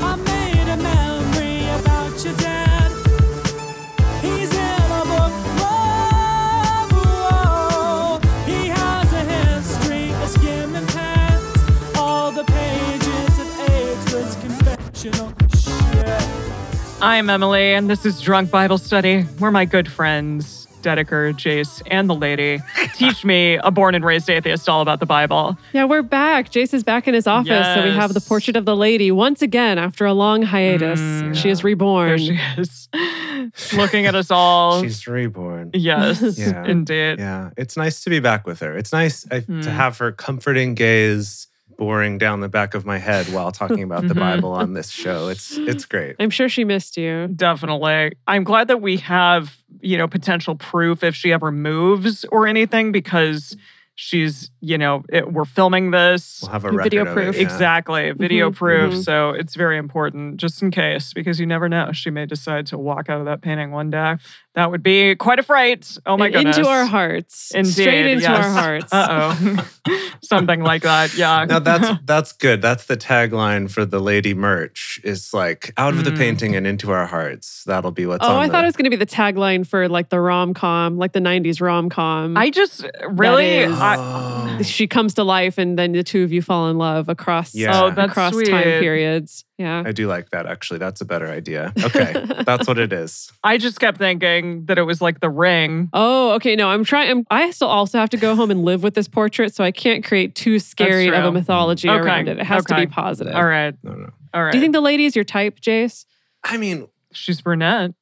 I made a memory about your dad. He's in a book. Whoa, whoa. He has a history of skimming past all the pages of ageless confessional shit. I'm Emily, and this is Drunk Bible Study, where my good friends, Dedeker, Jace, and the lady, teach me, a born and raised atheist, all about the Bible. Yeah, we're back. Jace is back in his office. So we have the Yes. portrait of the lady once again after a long hiatus. she is reborn. Mm, There she is, looking at us all. She's reborn. yes, Yeah. indeed. Yeah, it's nice to be back with her. It's nice I, Hmm. to have her comforting gaze boring down the back of my head while talking about the Mhm. Mm-hmm. Bible on this show. It's it's great. I'm sure she missed you. Definitely. I'm glad that we have, you know, potential proof if she ever moves or anything because she's, you know, it, we're filming this. We'll have a Video record of it, proof. yeah. Exactly. Video Mhm, proof. mhm. So it's very important just in case, because you never know. She may decide to walk out of that painting one day. That would be quite a fright. Oh my And goodness. Into our hearts. Straight Indeed, into yes. our hearts. Uh oh. Something like that. Yeah. Now that's that's good. That's the tagline for the lady merch. It's like out of the Mm. painting and into our hearts. That'll be what's Hmm. Oh, on. I the, thought it was going to be the tagline for like the rom com, like the 90s rom com. I just really. is- I, Oh. She comes to life and then the two of you fall in love across, Yeah. Oh, that's across sweet. time periods. Yeah. I do like that actually. That's a better idea. Okay, that's what it is. I just kept thinking that it was like the ring. Oh, okay. No, I'm trying. I'm, I still also have to go home and live with this portrait, so I can't create too scary of true. a mythology Okay, around it. It has okay. to be positive. All right. No, no. All right. Do you think the lady is your type, Jace? I mean, she's brunette?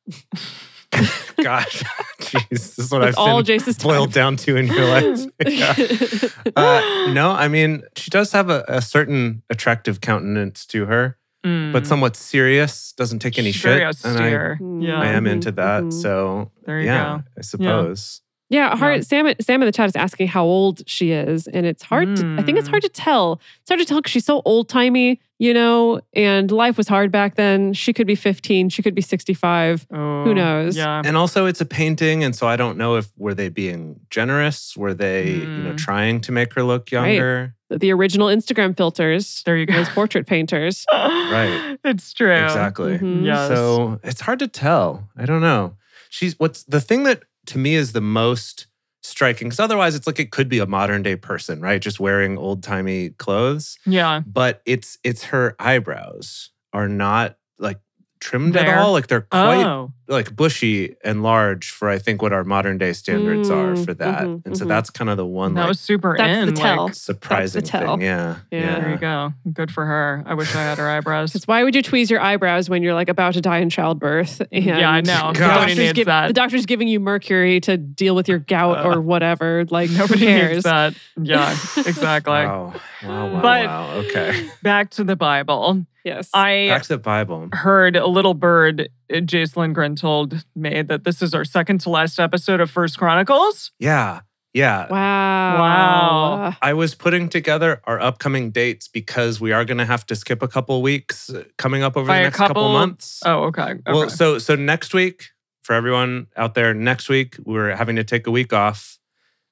gosh, jeez, this is what That's I've all been Jace's type. boiled down to in your life. Yeah. Uh, no, I mean, she does have a, a certain attractive countenance to her, but Mm, somewhat serious, doesn't take any she's very shit. And I, austere. Mm. yeah. I am Mhm, into that. mhm. So, There you yeah, go. I suppose. Yeah, hard. Yeah. Sam, Sam in the chat is asking how old she is, and it's hard. To, I think it's Mm. hard to tell. It's hard to tell because she's so old timey, you know. And life was hard back then. She could be fifteen. She could be sixty-five. Oh, Who knows? Yeah. And also, it's a painting. And so I don't know if were they being generous? Were they, you know, Mm. trying to make her look Right. younger? The, the original Instagram filters, There you go. those portrait painters. Right. It's true. Exactly. Mhm. Yes. So it's hard to tell. I don't know. She's what's the thing that to me is the most striking because otherwise it's like it could be a modern day person, right? Just wearing old timey clothes. yeah. But it's it's her eyebrows are not like trimmed There. at all. Like they're quite oh. like bushy and large for I think what our modern day standards are Mm, for that. mhm, and so mhm. that's kind of the one mm-hmm, That like was super That's in. the tell. Like, surprising tell. thing. Yeah. Yeah. there you go. Good for her. I wish I had her eyebrows. Because why would you tweeze your eyebrows when you're like about to die in childbirth? And Yeah, I know. The Nobody doctor's, needs give- that. the doctor's giving you mercury to deal with your gout Uh, or whatever. Like Nobody who cares? needs that. Yeah, exactly. Wow. Wow. Wow. But- wow. Okay. Back to the Bible. Yes. I Back to the Bible. heard a little bird, uh, Jace Lindgren told me that this is our second to last episode of First Chronicles. Yeah. Yeah. wow. Wow. I was putting together our upcoming dates because we are going to have to skip a couple weeks uh, coming up over By a the next couple, couple- months. Oh, okay. okay. Well, so so next week for everyone out there, next week we're having to take a week off.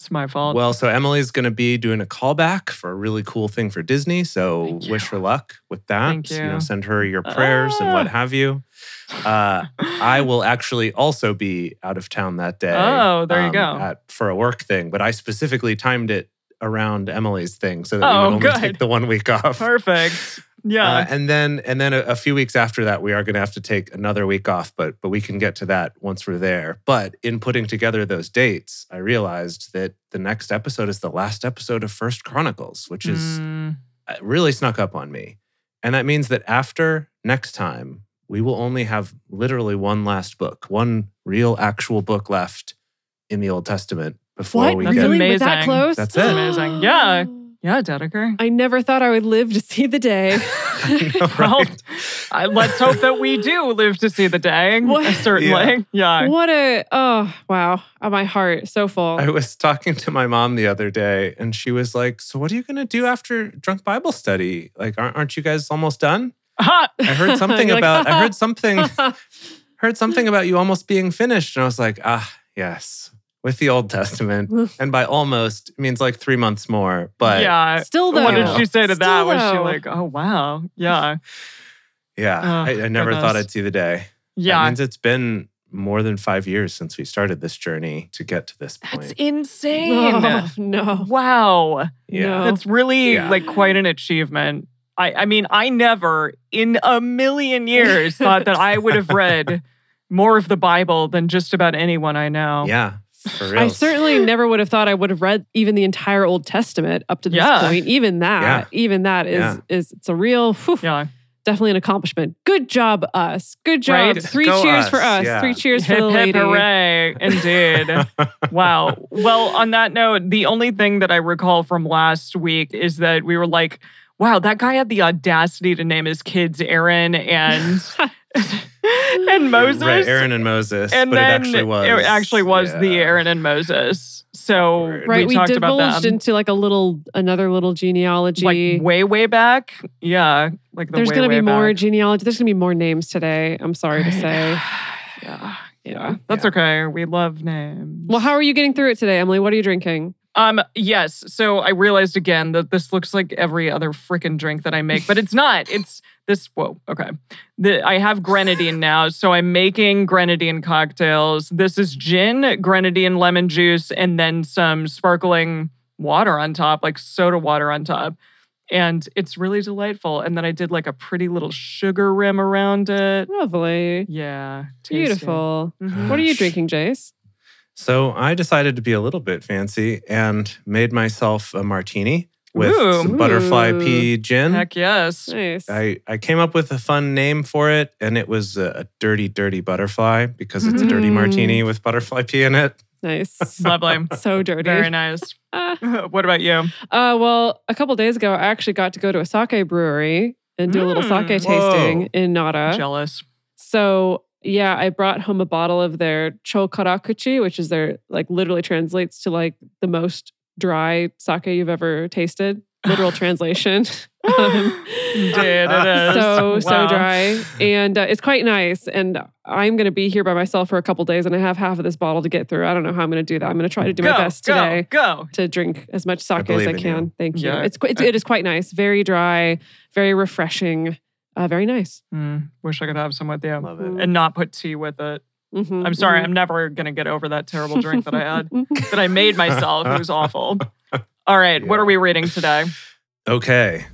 it's my fault. Well, so Emily's going to be doing a callback for a really cool thing for Disney. So Thank you. wish her luck with that. Thank you. know, send her your prayers and what Ah. have you. Uh, I will actually also be out of town that day. um, Oh, there you go. At, for a work thing, but I specifically timed it around Emily's thing so that Oh, we would only good. take the one week off. perfect. Yeah. Uh, and then, and then a, a few weeks after that, we are going to have to take another week off, but but we can get to that once we're there. But in putting together those dates, I realized that the next episode is the last episode of First Chronicles, which is Mm, uh, really snuck up on me, and that means that after next time, we will only have literally one last book, one real actual book left in the Old Testament before What? we That's get really? Was amazing. that close? That's it. Amazing. Yeah. Yeah, Dedeker. I never thought I would live to see the day. Well, I, let's hope that we do live to see the day. What? Certainly. Yeah. what a oh wow, oh, my heart so full. I was talking to my mom the other day, and she was like, "So what are you going to do after drunk Bible study? Like, aren't, aren't you guys almost done? Ha! I heard something You're like, "Ah." about. I heard something. heard something about you almost being finished." And I was like, "Ah, yes." With the Old Testament, and by almost it means like three months more, but yeah, yeah. Still though, What did she say to Still that? Was she though. like, oh, wow. Yeah. Oh, I, I never thought goodness. I'd see the day. that Yeah. means it's been more than five years since we started this journey to get to this point. That's insane. Oh, no. Wow. yeah, no. That's really Yeah. like quite an achievement. I, I mean, I never in a million years thought that I would have read more of the Bible than just about anyone I know. yeah, for real. I certainly never would have thought I would have read even the entire Old Testament up to this Yeah. point. Even that, Yeah. even that is Yeah. is it's a real whew, Yeah. definitely an accomplishment. Good job, us. Good job. Right? Three Go cheers us, for us. yeah. Three cheers for Hip the hip lady. hooray. Indeed. wow. Well, on that note, the only thing that I recall from last week is that we were like, wow, that guy had the audacity to name his kids Aaron and and Moses. Right, Aaron and Moses. and but then it actually was. it actually was the yeah. Aaron and Moses. So Right, Right, we, we, talked about divulged them into like a little another little genealogy. like way way back. Yeah, like the There's way, gonna way be more back. genealogy. There's gonna be more names today. I'm sorry to say. yeah, Yeah. that's okay. We love names. Well, how are you getting through it today, Emily? What are you drinking? Um, yes. So I realized again that this looks like every other freaking drink that I make, but it's not. It's this. Whoa. Okay. The, I have grenadine now, so I'm making grenadine cocktails. This is gin, grenadine, lemon juice, and then some sparkling water on top, like soda water on top. And it's really delightful. And then I did like a pretty little sugar rim around it. Lovely. Yeah. tasty. Beautiful. Mhm. What are you Gosh. drinking, Jace? So I decided to be a little bit fancy and made myself a martini with Ooh. some butterfly Ooh. pea gin. Heck yes. Nice. I, I came up with a fun name for it, and it was a, a dirty, dirty butterfly because it's a dirty Mm. martini with butterfly pea in it. nice. Lovely. so dirty. Very nice. Ah. what about you? Uh, well, a couple days ago, I actually got to go to a sake brewery and do a little Mm, sake whoa. tasting in Nara. Jealous. So yeah, I brought home a bottle of their chokarakuchi, which is their like literally translates to like the most dry sake you've ever tasted. Literal translation. Um, Indeed, it is. Uh, so so Wow. dry, and uh, it's quite nice. And I'm going to be here by myself for a couple days, and I have half of this bottle to get through. I don't know how I'm going to do that. I'm going to try to do my best today Go. to drink as much sake as believe I in you. can. Thank you. Yeah. It's quite, it's, it is quite nice. Very dry, very refreshing, uh, very nice. Mm, wish I could have some with you Love it. and not put tea with it. Mhm, I'm sorry. mhm. I'm never going to get over that terrible drink that I had, Mm-hmm. that I made myself. It was awful. All right. What Yeah. are we reading today? Okay.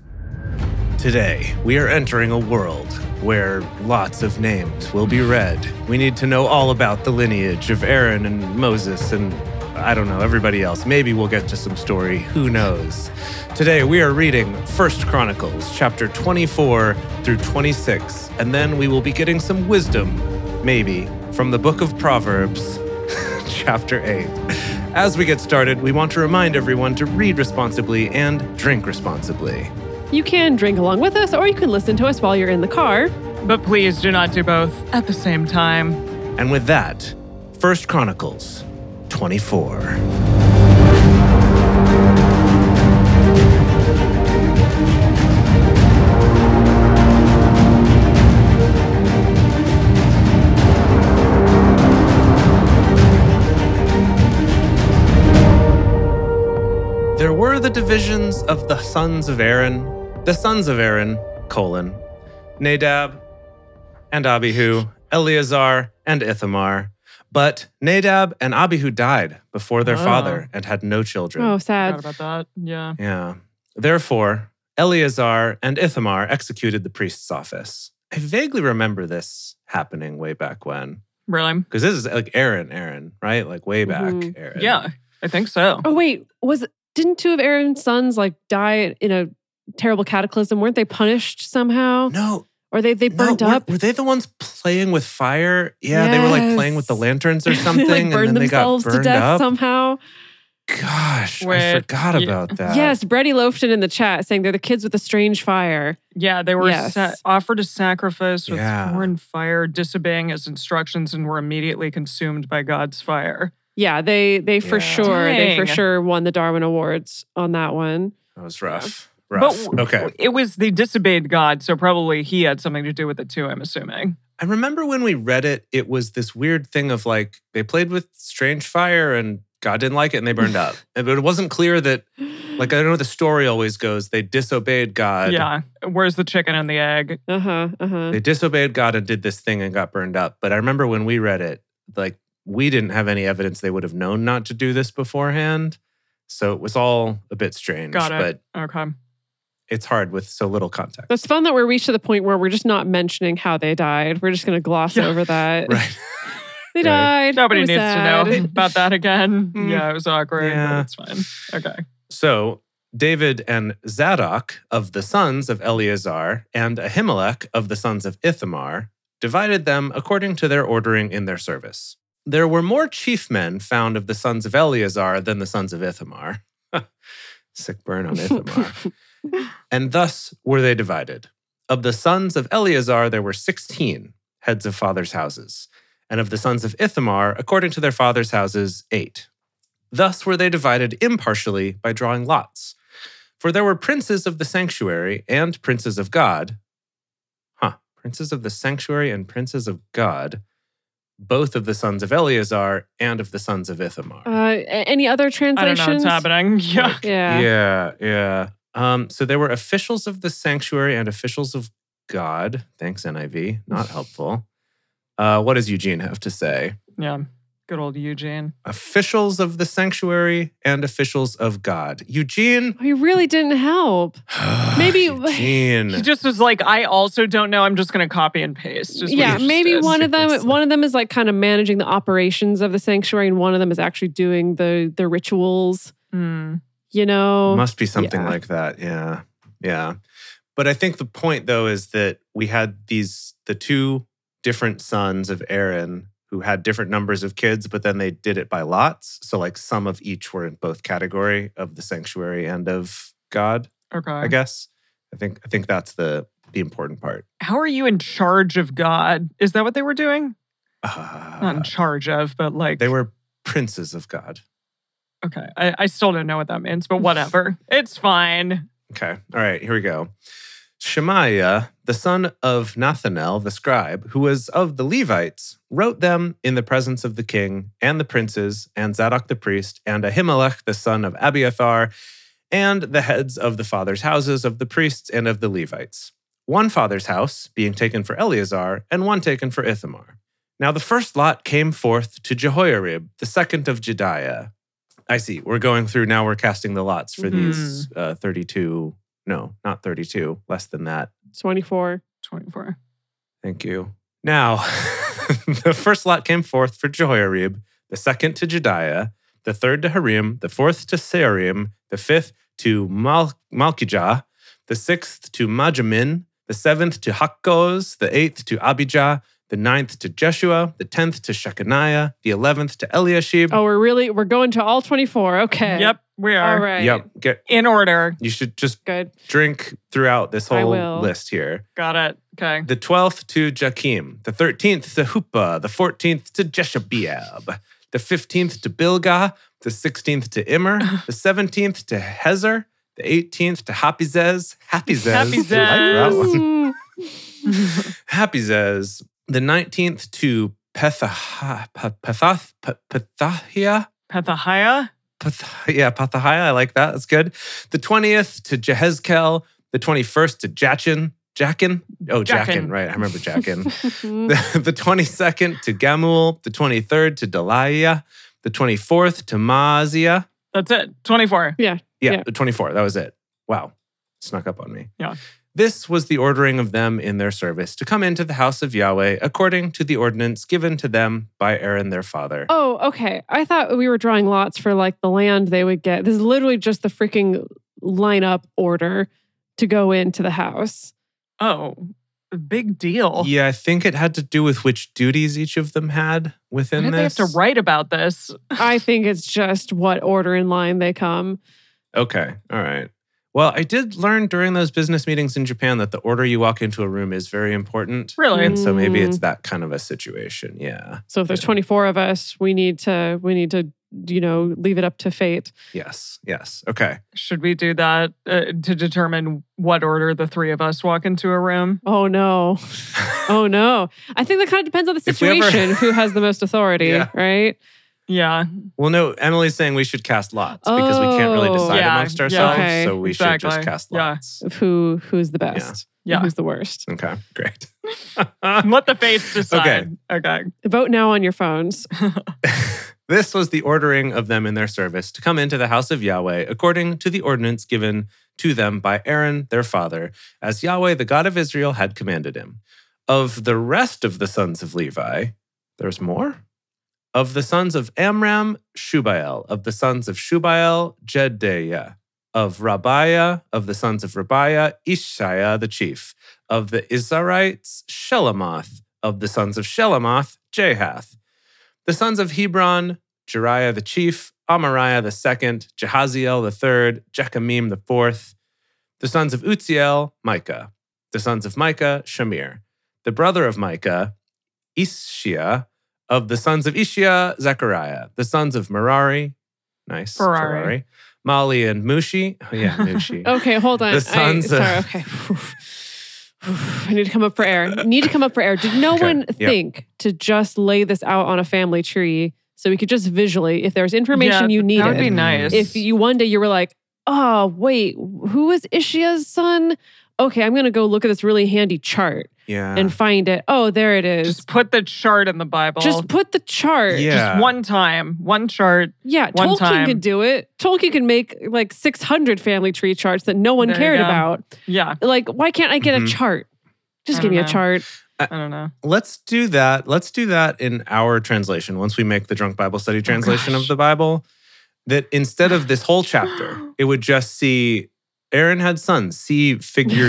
Today, we are entering a world where lots of names will be read. We need to know all about the lineage of Aaron and Moses and I don't know, everybody else. Maybe we'll get to some story, who knows. Today we are reading 1st Chronicles chapter 24 through 26 and then we will be getting some wisdom maybe from the book of Proverbs chapter 8. As we get started, we want to remind everyone to read responsibly and drink responsibly. You can drink along with us, or you can listen to us while you're in the car. But please do not do both at the same time. And with that, First Chronicles 24. There were the divisions of the sons of Aaron, the sons of Aaron, colon, Nadab, and Abihu, Eleazar, and Ithamar. But Nadab and Abihu died before their Oh. father and had no children. Oh, Forgot sad. about that. Yeah. Yeah. Therefore, Eleazar and Ithamar executed the priest's office. I vaguely remember this happening way back when, Really? because this is like Aaron, Aaron, right? Like way back, Mhm. Aaron. Mm-hmm. Yeah. I think so. Oh wait, was didn't two of Aaron's sons like die in a terrible cataclysm? Weren't they punished somehow, No, or they they no, burnt were- up? Were they the ones playing with fire? Yeah, they were like playing with the Yes. lanterns or They, something, like and burned then they got themselves burned to death up. somehow. gosh, I With- forgot yeah. about that. yes, Brady Lofton in the chat saying they're the kids with the strange fire. Yeah, they were Yes. sa- offered a sacrifice with Yeah. foreign fire, disobeying his instructions, and were immediately consumed by God's fire. Yeah, they they for Yeah. sure they for Dang. sure won the Darwin Awards on that one. That was rough. But Rough. w- okay. it was they disobeyed God, so probably he had something to do with it too. I'm assuming. I remember when we read it, it was this weird thing of like they played with strange fire and God didn't like it and they burned up. And- But it wasn't clear that like I know the story always goes they disobeyed God. yeah, where's the chicken and the egg? Uh huh. Uh huh. Mm-hmm. They disobeyed God and did this thing and got burned up. But I remember when we read it, like we didn't have any evidence they would have known not to do this beforehand. So it was all a bit strange, Got but it. Okay. it's hard with so little context. It's fun that we're reached to the point where we're just not mentioning how they died. We're just gonna gloss Yeah. over that. right. They Right. died. Nobody It was needs to sad. know about that again. Mm. Yeah, it was awkward, Yeah. but it's fine. Okay. So David and Zadok of the sons of Eleazar and Ahimelech of the sons of Ithamar divided them according to their ordering in their service. There were more chief men found of the sons of Eleazar than the sons of Ithamar. Sick burn on Ithamar. and thus were they divided. Of the sons of Eleazar, there were 16 heads of fathers' houses, and of the sons of Ithamar, according to their fathers' houses, eight. Thus were they divided impartially by drawing lots. For there were princes of the sanctuary and princes of God. Huh, princes of the sanctuary and princes of God, both of the sons of Eleazar and of the sons of Ithamar. Uh, a- any other I don't translations? know what's happening. Yeah. Yeah. Yeah, yeah. Um, so there were officials of the sanctuary and officials of God. Thanks, NIV. Not helpful. Uh, what does Eugene have to say? Yeah. Good old Eugene. Officials of the sanctuary and officials of God. Eugene. He really didn't help. Maybe Maybe- He Eugene. just was like, I also don't know. I'm just going to copy and paste. is what yeah, he just maybe did. one of them Ridiculous. one of them is like kind of managing the operations of the sanctuary and one of them is actually doing the the rituals, Hmm. you know. Must be something yeah. like that. Yeah. Yeah. But I think the point though is that we had these the two different sons of Aaron who had different numbers of kids, but then they did it by lots. So like some of each were in both category of the sanctuary and of God, Okay. I guess. I think I think that's the the important part. How are you in charge of God? Is that what they were doing? Not Uh, in charge of, but like they were princes of God. Okay, I, I still don't know what that means, but whatever. it's fine. Okay. All right. Here we go. Shemaiah, the son of Nathanel the scribe, who was of the Levites, wrote them in the presence of the king and the princes, and Zadok the priest, and Ahimelech the son of Abiathar, and the heads of the fathers' houses of the priests and of the Levites. One father's house being taken for Eleazar, and one taken for Ithamar. Now the first lot came forth to Jehoiarib, the second of Jediah. I see. We're going through now. We're casting the lots for these uh, 32. No, not 32. Less than that. 24. 24. Thank you. Now, the first lot came forth for Jehoiarib, the second to Jediah, the third to Harim, the fourth to Sarim, the fifth to Mal- Malkijah, the sixth to Majamin, the seventh to Hakkoz, the eighth to Abijah, the ninth to Jeshua, the tenth to Shechaniah, the eleventh to Eliashib. Oh, we're really we're going to all 24. Okay. Yep, we are. All right. Yep. Get, In order. you should just Good. drink throughout this I whole will. list here. Got it. Okay. the 12th to Jakim, the 13th to Huppah, the 14th to Jeshabeab, the 15th to Bilgah, the 16th to Immer, the 17th to Hezer, the 18th to Hapizez, Hapizez, Hapizez. I like that one. Mm, Hapizez, the 19th to Pethaha- Pe- Pethath- Pe- Pethahia, Pethahiah. Path- yeah, Pathahiah. I like that. That's good. The 20th to Jehezkel, the 21st to Jachin, Jachin. Oh, Jachin, Jachin. right. I remember Jachin. mm. the, the 22nd to Gamul, the 23rd to Deliah, the 24th to Mazia. That's it. 24. Yeah, Yeah. the 24th. That was it. Wow. Snuck up on me. Yeah. This was the ordering of them in their service to come into the house of Yahweh according to the ordinance given to them by Aaron their father. oh, okay. I thought we were drawing lots for like the land they would get. This is literally just the freaking lineup order to go into the house. Oh, big deal. Yeah, I think it had to do with which duties each of them had Why within did they have this. to write about this? I think it's just what order in line they come. Okay. All right. Well, I did learn during those business meetings in Japan that the order you walk into a room is very important. Really? And so maybe it's Mm. that kind of a situation. Yeah. So if there's Yeah. 24 of us, we need to we need to you know leave it up to fate. Yes. Yes. Okay. Should we do that uh, to determine what order the three of us walk into a room? Oh no. Oh no. I think that kind of depends on the If we ever- situation who has the most authority, Yeah. right? Yeah. well, no, Emily's saying we should cast lots because we can't really Mm. Oh. decide Yeah, amongst yeah. ourselves. Okay, So we should exactly. just cast Yeah. lots. Of who who's the best. and Yeah. Who's the worst? Okay. Great. Mhm. Let the fates decide. Okay. Vote now on your phones. this was the ordering of them in their service to come into the house of Yahweh according to the ordinance given to them by Aaron their father, as Yahweh the God of Israel had commanded him. Of the rest of the sons of Levi, there's more? Of the sons of Amram, Shubael. Of the sons of Shubael, Jedaiah. Of Rabiah, of the sons of Rabiah, Ishaiah the chief. Of the Izarites, Shelamoth. Of the sons of Shelamoth, Jahath. The sons of Hebron, Jeriah the chief, Amariah the second, Jehaziel the third, Jechamim the fourth. The sons of Uzziel, Micah. The sons of Micah, Shamir. The brother of Micah, Ischia. Of the sons of Ischia, Zechariah. The sons of Merari, nice, Ferrari. Mali and Mushi. Oh, yeah, Mushi. Okay, hold on. The I- uh, sons of- sorry, okay. I need to come up for air. Need to come up for air. Did no Okay, one yeah. think to just lay this out on a family tree so we could just visually, if there's information Yeah, you needed, That would be nice. if you one day you were like, oh wait, who was Ishia's son? Okay, I'm gonna go look at this really handy chart Yeah. and find it. Oh, there it is. just Just, put the chart in the Bible. put the chart. Yeah. Just one time, one chart. Yeah, One Tolkien time. could do it. Tolkien can make like 600 family tree charts that no one There you cared go. about. Yeah. Like, why can't I get a Mhm. chart? Just I give me don't a know. chart. I don't know. Let's do that. Let's do that in our translation once we make the drunk Bible Oh study translation of the Bible. That instead of this whole chapter, it would just see Aaron had sons, see figure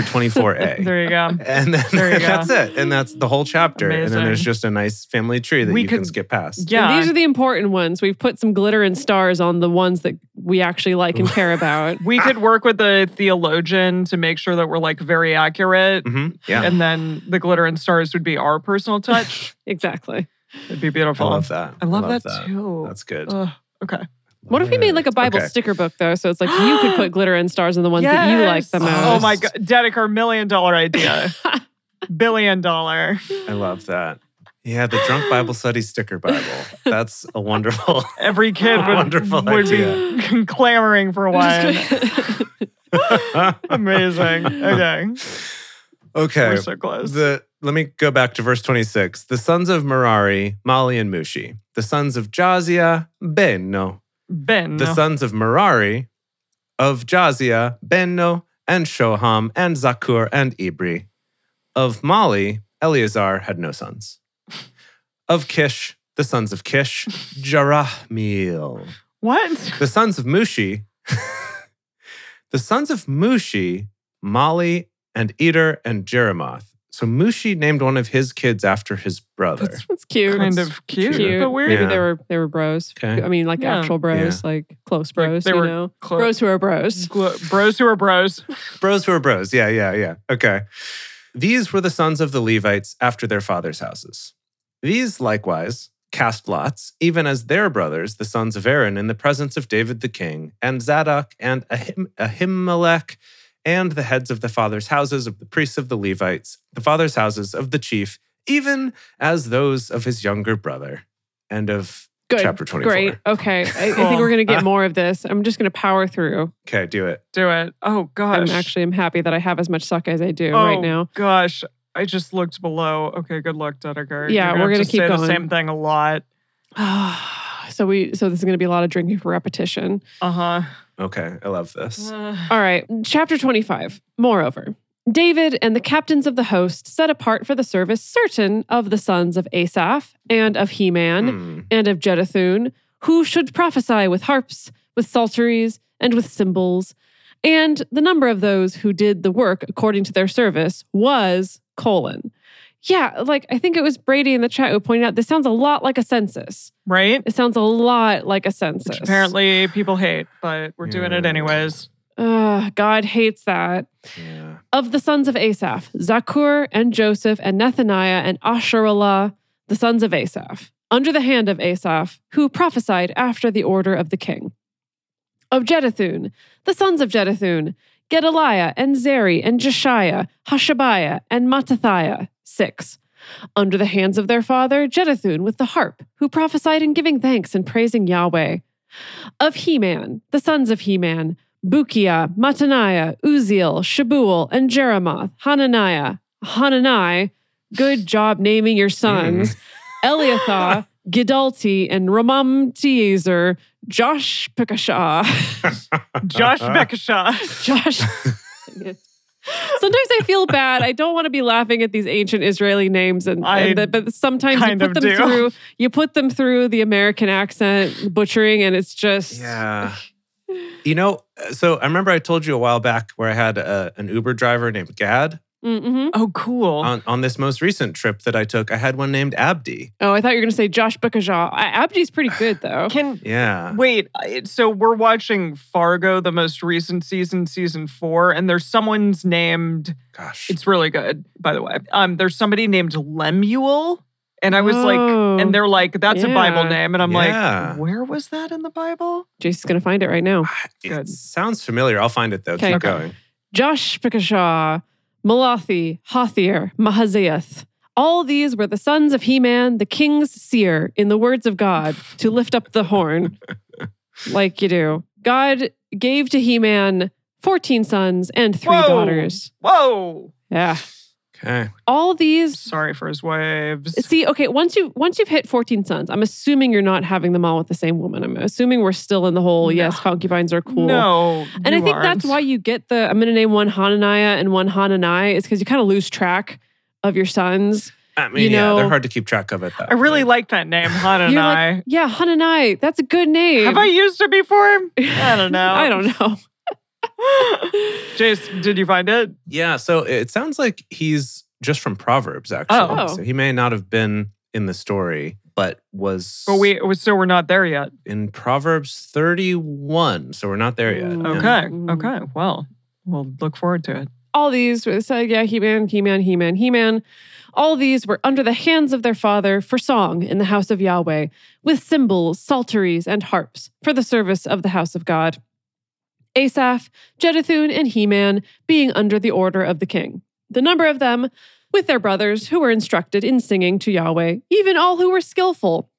24a. There you go. And then There you go. that's it. And that's the whole chapter. And then there's Amazing. just a nice family tree that We you can could- skip past. And Yeah. these are the important ones. We've put some glitter and stars on the ones that we actually like and care about. we could work with the theologian to make sure that we're like very accurate. Mhm. Yeah. And then the glitter and stars would be our personal touch. Exactly. It'd be I beautiful. love that. I love that, too. Oh. That's good. Ugh, okay. What if we made like a Bible Okay. sticker book though? So it's like you could put glitter and stars on the ones that you like the Yes! most. Oh my God. Dedeker, million dollar idea. Billion dollar. I love that. Yeah, the drunk Bible study sticker Bible. That's a wonderful. Every kid would, Wonderful would be idea. clamoring for I'm one. just kidding. Amazing. Okay. okay. We're so close. The let me go back to verse 26. The sons of Merari, Mali and Mushi. The sons of Jazia, Benno. ben. The sons of Merari, of Jazia, Benno, and Shoham, and Zakur, and Ibri. Of Mali, Eleazar had no sons. Of Kish, the sons of Kish, Jarahmeel. what? The sons of Mushi, the sons of Mushi, Mali and Eder and Jeremoth. So Mushi named one of his kids after his brother. That's That's cute. kind of cute, cute. but weird. Maybe Yeah. they were they were bros. Okay. I mean, like Yeah. actual bros, like close bros. they you were know, clo- bros who are bros. Glo- bros who are bros. bros who are bros. Yeah, yeah, yeah. Okay. These were the sons of the Levites after their fathers' houses. These likewise cast lots, even as their brothers, the sons of Aaron, in the presence of David the king, and Zadok and Ahim- Ahimelech, and the heads of the fathers' houses of the priests of the Levites, the fathers' houses of the chief, even as those of his younger brother. End of Good. chapter 24. Great. Okay. I, I Cool. think we're gonna get more of this. I'm just gonna power through. Okay, do it. Do it. Oh gosh. I'm actually am happy that I have as much suck as I do oh, right now. Gosh. I just looked below. Okay, good luck, Dedeker. Yeah, You're we're gonna have to keep say the going. same thing a lot. so we so this is gonna be a lot of drinking for repetition. Uh-huh. Okay, I love this. Uh, All right, chapter 25. Moreover, David and the captains of the host set apart for the service certain of the sons of Asaph and of Heman Hmm. and of Jeduthun, who should prophesy with harps, with psalteries, and with cymbals. And the number of those who did the work according to their service was colon. Yeah, like I think it was Brady in the chat who pointed out this sounds a lot like a census. right? It sounds a lot like a census. Which apparently people hate, but we're doing it Yeah. anyways. Ugh, God hates that. Hmm, Yeah. Of the sons of Asaph, Zakur and Joseph and Nethaniah and Asherallah, the sons of Asaph, under the hand of Asaph, who prophesied after the order of the king. Of Jeduthun, the sons of Jeduthun, Gedaliah and Zeri and Jeshiah, Hashabiah and Mattathiah, six. Under the hands of their father, Jeduthun with the harp, who prophesied in giving thanks and praising Yahweh. Of Heman, the sons of Heman, Bukiah, Mataniah, Uziel, Shabuel, and Jeremoth, Hananiah, Hanani, good job naming your sons, Eliathah, Gidalti, and Ramamtiezer, Josh Pekashah, Josh Bekashaw. Josh. Sometimes I feel bad. I don't want to be laughing at these ancient Israeli names, and, I and the, but sometimes you kind put of them do. through you put them through the American accent butchering, and it's just Yeah. You know, uh, so I remember I told you a while back where I had a, an Uber driver named Gad. Mm-hmm. Oh, cool. On, on this most recent trip that I took, I had one named Abdi. Oh, I thought you were going to say Josh Bukajah. Abdi's pretty good though. Can Yeah. Wait, I- so we're watching Fargo, the most recent season, season four, and there's someone's named. Gosh. It's really good, by the way. Um, there's somebody named Lemuel, and I was Whoa. like, and they're like, that's a Bible Oh, Yeah. name, and I'm Yeah. like, where was that in the Bible? Jason's gonna find it right now. It good. sounds familiar. I'll find it though. Okay. Keep Okay. going. Josh Pikashaw, Malathi, Hothir, Mahaziath. All these were the sons of He-Man, the king's seer, in the words of God, to lift up the horn, like you do. God gave to He-Man 14 sons and three Whoa. daughters. Whoa! Yeah. Okay. All these Sorry for his waves. See, okay, once you once you've hit 14 sons, I'm assuming you're not having them all with the same woman. I'm assuming we're still in the whole No. yes, concubines are cool. No, And you I think aren't. that's why you get the I'm going to name one Hananiah and one Hanani is because you kind of lose track of your sons. I mean, You yeah, they're know, hard to keep track of at that. I really point. like that name, Han and You're I. like, yeah, Hanani, that's a good name. Have I used it before? I don't know. I don't know. Jace, did you find it? Yeah, so it sounds like he's just from Proverbs, actually. Oh. So he may not have been in the story, but was But we so we're not there yet. in Proverbs 31. So we're not there yet. Mm. Yeah. Okay. Mm. Okay. Well, we'll look forward to it. All these were so yeah, He Man, He Man, He Man, He Man. All these were under the hands of their father for song in the house of Yahweh, with cymbals, psalteries, and harps for the service of the house of God. Asaph, Jeduthun, and He Man being under the order of the king. The number of them with their brothers who were instructed in singing to Yahweh, even all who were skillful,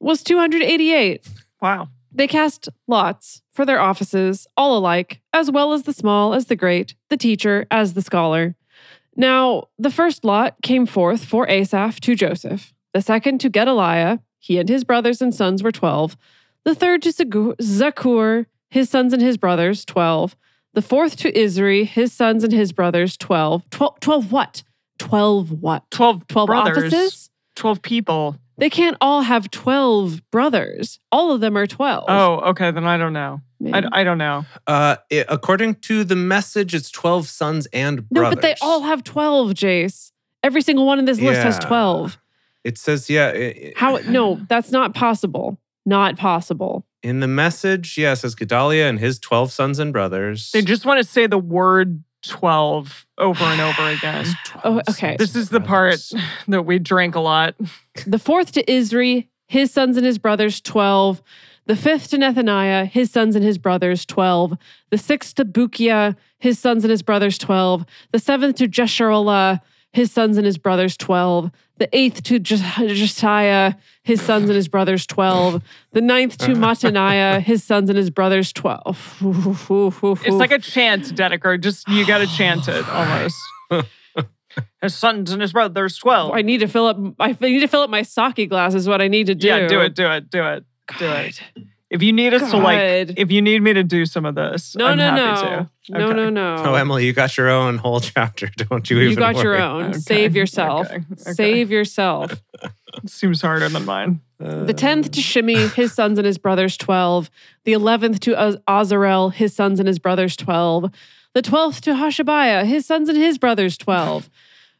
was 288. Wow. They cast lots for their offices, all alike, as well as the small as the great, the teacher as the scholar. Now, the first lot came forth for Asaph to Joseph, the second to Gedaliah, he and his brothers and sons were 12, the third to Zagu- Zakur, his sons and his brothers, 12, the fourth to Isri, his sons and his brothers, 12. 12, 12 what? 12 what? 12, 12 brothers. offices? 12 people. They can't all have 12 brothers. All of them are 12. Oh, okay. Then I don't know. I, Man. I don't know. Uh, it- according to the message, it's 12 sons and No, brothers. but they all have 12, Jace. Every single one in this list has Yeah. 12. It says, yeah. i- i- How? No, that's not possible. Not possible. In the message, yeah, it says Gedaliah and his 12 sons and brothers. They just want to say the word 12 over and over again. Has 12 Oh, okay. sons This and is the part brothers. that we drank a lot. The fourth to Isri, his sons and his brothers, 12. The fifth to Nethaniah, his sons and his brothers, 12. The sixth to Bukiah, his sons and his brothers, 12. The seventh to Jeshurallah, his sons and his brothers, 12. The eighth to Je- Josiah, his sons and his brothers, 12. The ninth to Mataniah, his sons and his brothers, 12. It's like a chant, Dedeker. Just, you got to chant it almost. His sons and his brother, there's 12. I need to fill up. I need to fill up my sake glass. Is what I need to do. Yeah, do it, do it, do it. do it. If you need us to God. like, if you need me to do some of this, No, I'm no, no. happy to. no, Okay. no, no, Oh, Emily, you got your own whole chapter. Don't you even You got your worry. own. Okay, Save yourself. okay, okay. Save yourself. It seems harder than mine. The tenth to Shimi, his sons and his brothers, twelve. The eleventh to Az- Azarel, his sons and his brothers, twelve. The twelfth to Hashabiah, his sons and his brothers, twelve.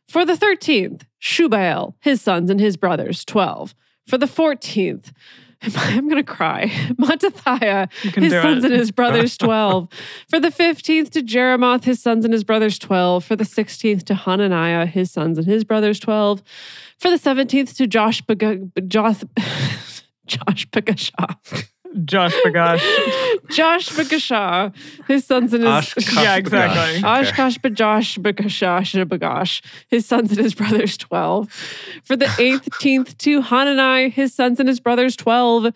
For the 13th, Shubael, his sons and his brothers, 12. For the 14th, I'm going to cry, Mattathiah, You can his do sons it. and his brothers 12 for the 15th to jeremoth his sons and his brothers 12 for the 16th to hananiah his sons and his brothers 12 for the 17th to josh josh josh Bagashah. Josh Bagosh. josh Bagashah, his sons and his Oshkosh Yeah, exactly. Bagosh. Okay. Oshkosh Bajosh Bakashash Bagosh, his sons and his brothers 12. For the 18th to Hanani, his sons and his brothers 12.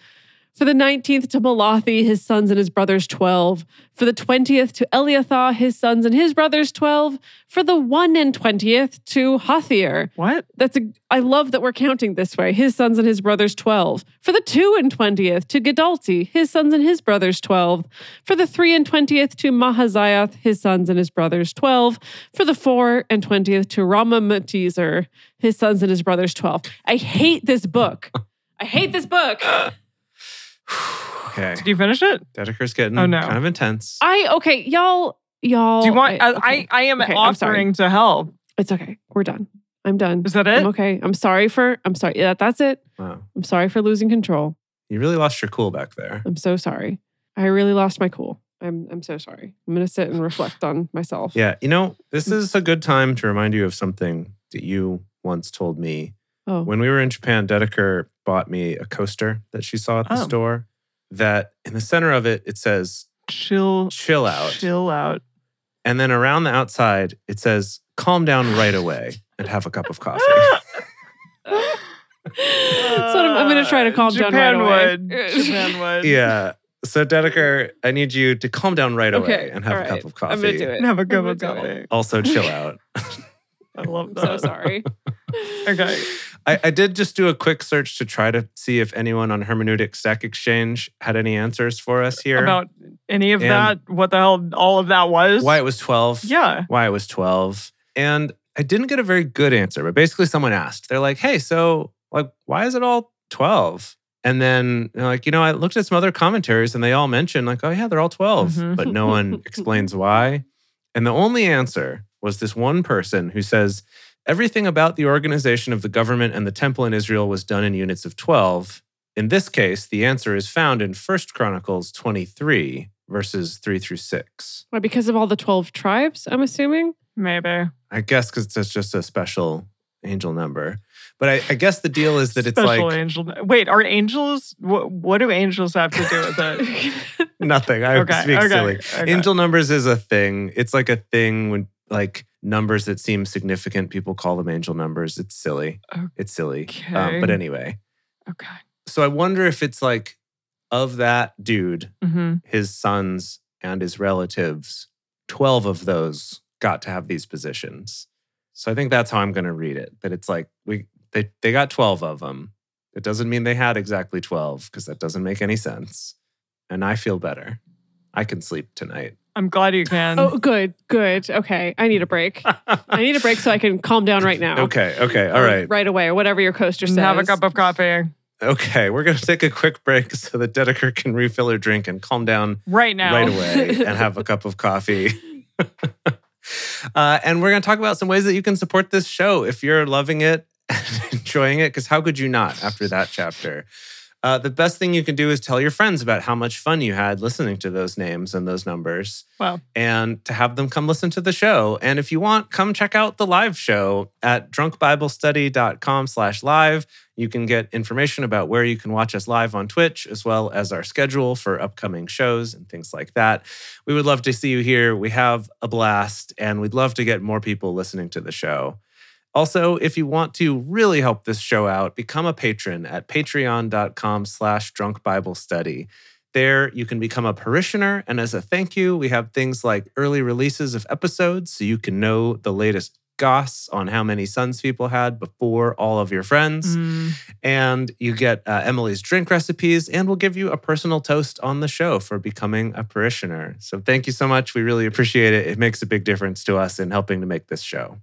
For the 19th to Malathi, his sons and his brothers 12. For the 20th to Eliathah, his sons and his brothers 12. For the 1 and 20th to Hothir. What? That's a I love that we're counting this way. His sons and his brothers 12. For the 2 and 20th to Gedalti, his sons and his brothers 12. For the 3 and 20th to Mahaziath, his sons and his brothers 12. For the 4 and 20th to Ramamatizer, his sons and his brothers 12. I hate this book. I hate this book. Okay. Did you finish it? Dedeker's getting Oh, no. kind of intense. I okay, y'all y'all Do you want? uh, I Oh, I, okay. I, I am Okay, I'm sorry. offering to help. It's okay. We're done. I'm done. Is that it? I'm okay. I'm sorry for I'm sorry. Yeah, that's it. Wow. I'm sorry for losing control. You really lost your cool back there. I'm so sorry. I really lost my cool. I'm I'm so sorry. I'm gonna sit and reflect on myself. Yeah. You know, this is a good time to remind you of something that you once told me. Oh. When we were in Japan, Dedeker bought me a coaster that she saw at the Oh. store that in the center of it, it says Chill. chill out. Chill out. And then around the outside, it says calm down right away and have a cup of coffee. so I'm, I'm gonna try to calm Japan down right away. would. Japan would. yeah. So, Dedeker, I need you to calm down right away Okay, and have all a cup right. of coffee. I'm gonna do it. Have a I'm cup gonna of do it. coffee. Also, chill out. I love Oh I'm so that. sorry. Okay. I, I did just do a quick search to try to see if anyone on Hermeneutic Stack Exchange had any answers for us here. About any of And- that, what the hell all of that was? why it was 12. Yeah. Why it was 12. And I didn't get a very good answer, but basically someone asked, they're like, hey, so like, why is it all 12? And then they're like, you know, I looked at some other commentaries and they all mentioned like, oh yeah, they're all 12, Mhm. but no one explains why. And the only answer was this one person who says, everything about the organization of the government and the temple in Israel was done in units of 12. In this case, the answer is found in 1 Chronicles 23, verses 3 through 6. Why? Because of all the twelve tribes, I'm assuming. Maybe. I guess because it's just a special angel number. But I, I guess the deal is that it's Special like angel. Wait, are angels? What, what do angels have to do with it? nothing. I okay. speak okay, silly. okay. Angel numbers is a thing. It's like a thing when like numbers that seem significant, people call them angel numbers. It's silly. It's silly. Um, Okay. but anyway, Okay. so I wonder if it's like of that dude, Mm-hmm. his sons and his relatives, 12 of those got to have these positions. So I think that's how I'm going to read it. That it's like we they they got 12 of them. It doesn't mean they had exactly 12 because that doesn't make any sense. And I feel better. I can sleep tonight. I'm glad you can. Oh, good, good. Okay, I need a break. I need a break so I can calm down right now. okay, okay. All Or right. Right away, or whatever your coaster says. Just have a cup of coffee Okay, we're going to take a quick break so that Dedeker can refill her drink and calm down right now. right away and have a cup of coffee. uh, and we're going to talk about some ways that you can support this show if you're loving it and enjoying it, because how could you not after that chapter? Uh, the best thing you can do is tell your friends about how much fun you had listening to those names and those numbers Wow. and to have them come listen to the show. And if you want, come check out the live show at drunkbiblestudy.com slash live. You can get information about where you can watch us live on Twitch, as well as our schedule for upcoming shows and things like that. We would love to see you here. We have a blast, and we'd love to get more people listening to the show. Also, if you want to really help this show out, become a patron at patreon.com slash drunkbiblestudy. There, you can become a parishioner. And as a thank you, we have things like early releases of episodes so you can know the latest goss on how many sons people had before all of your friends. Mm. And you get uh, Emily's drink recipes, and we'll give you a personal toast on the show for becoming a parishioner. So thank you so much. We really appreciate it. It makes a big difference to us in helping to make this show.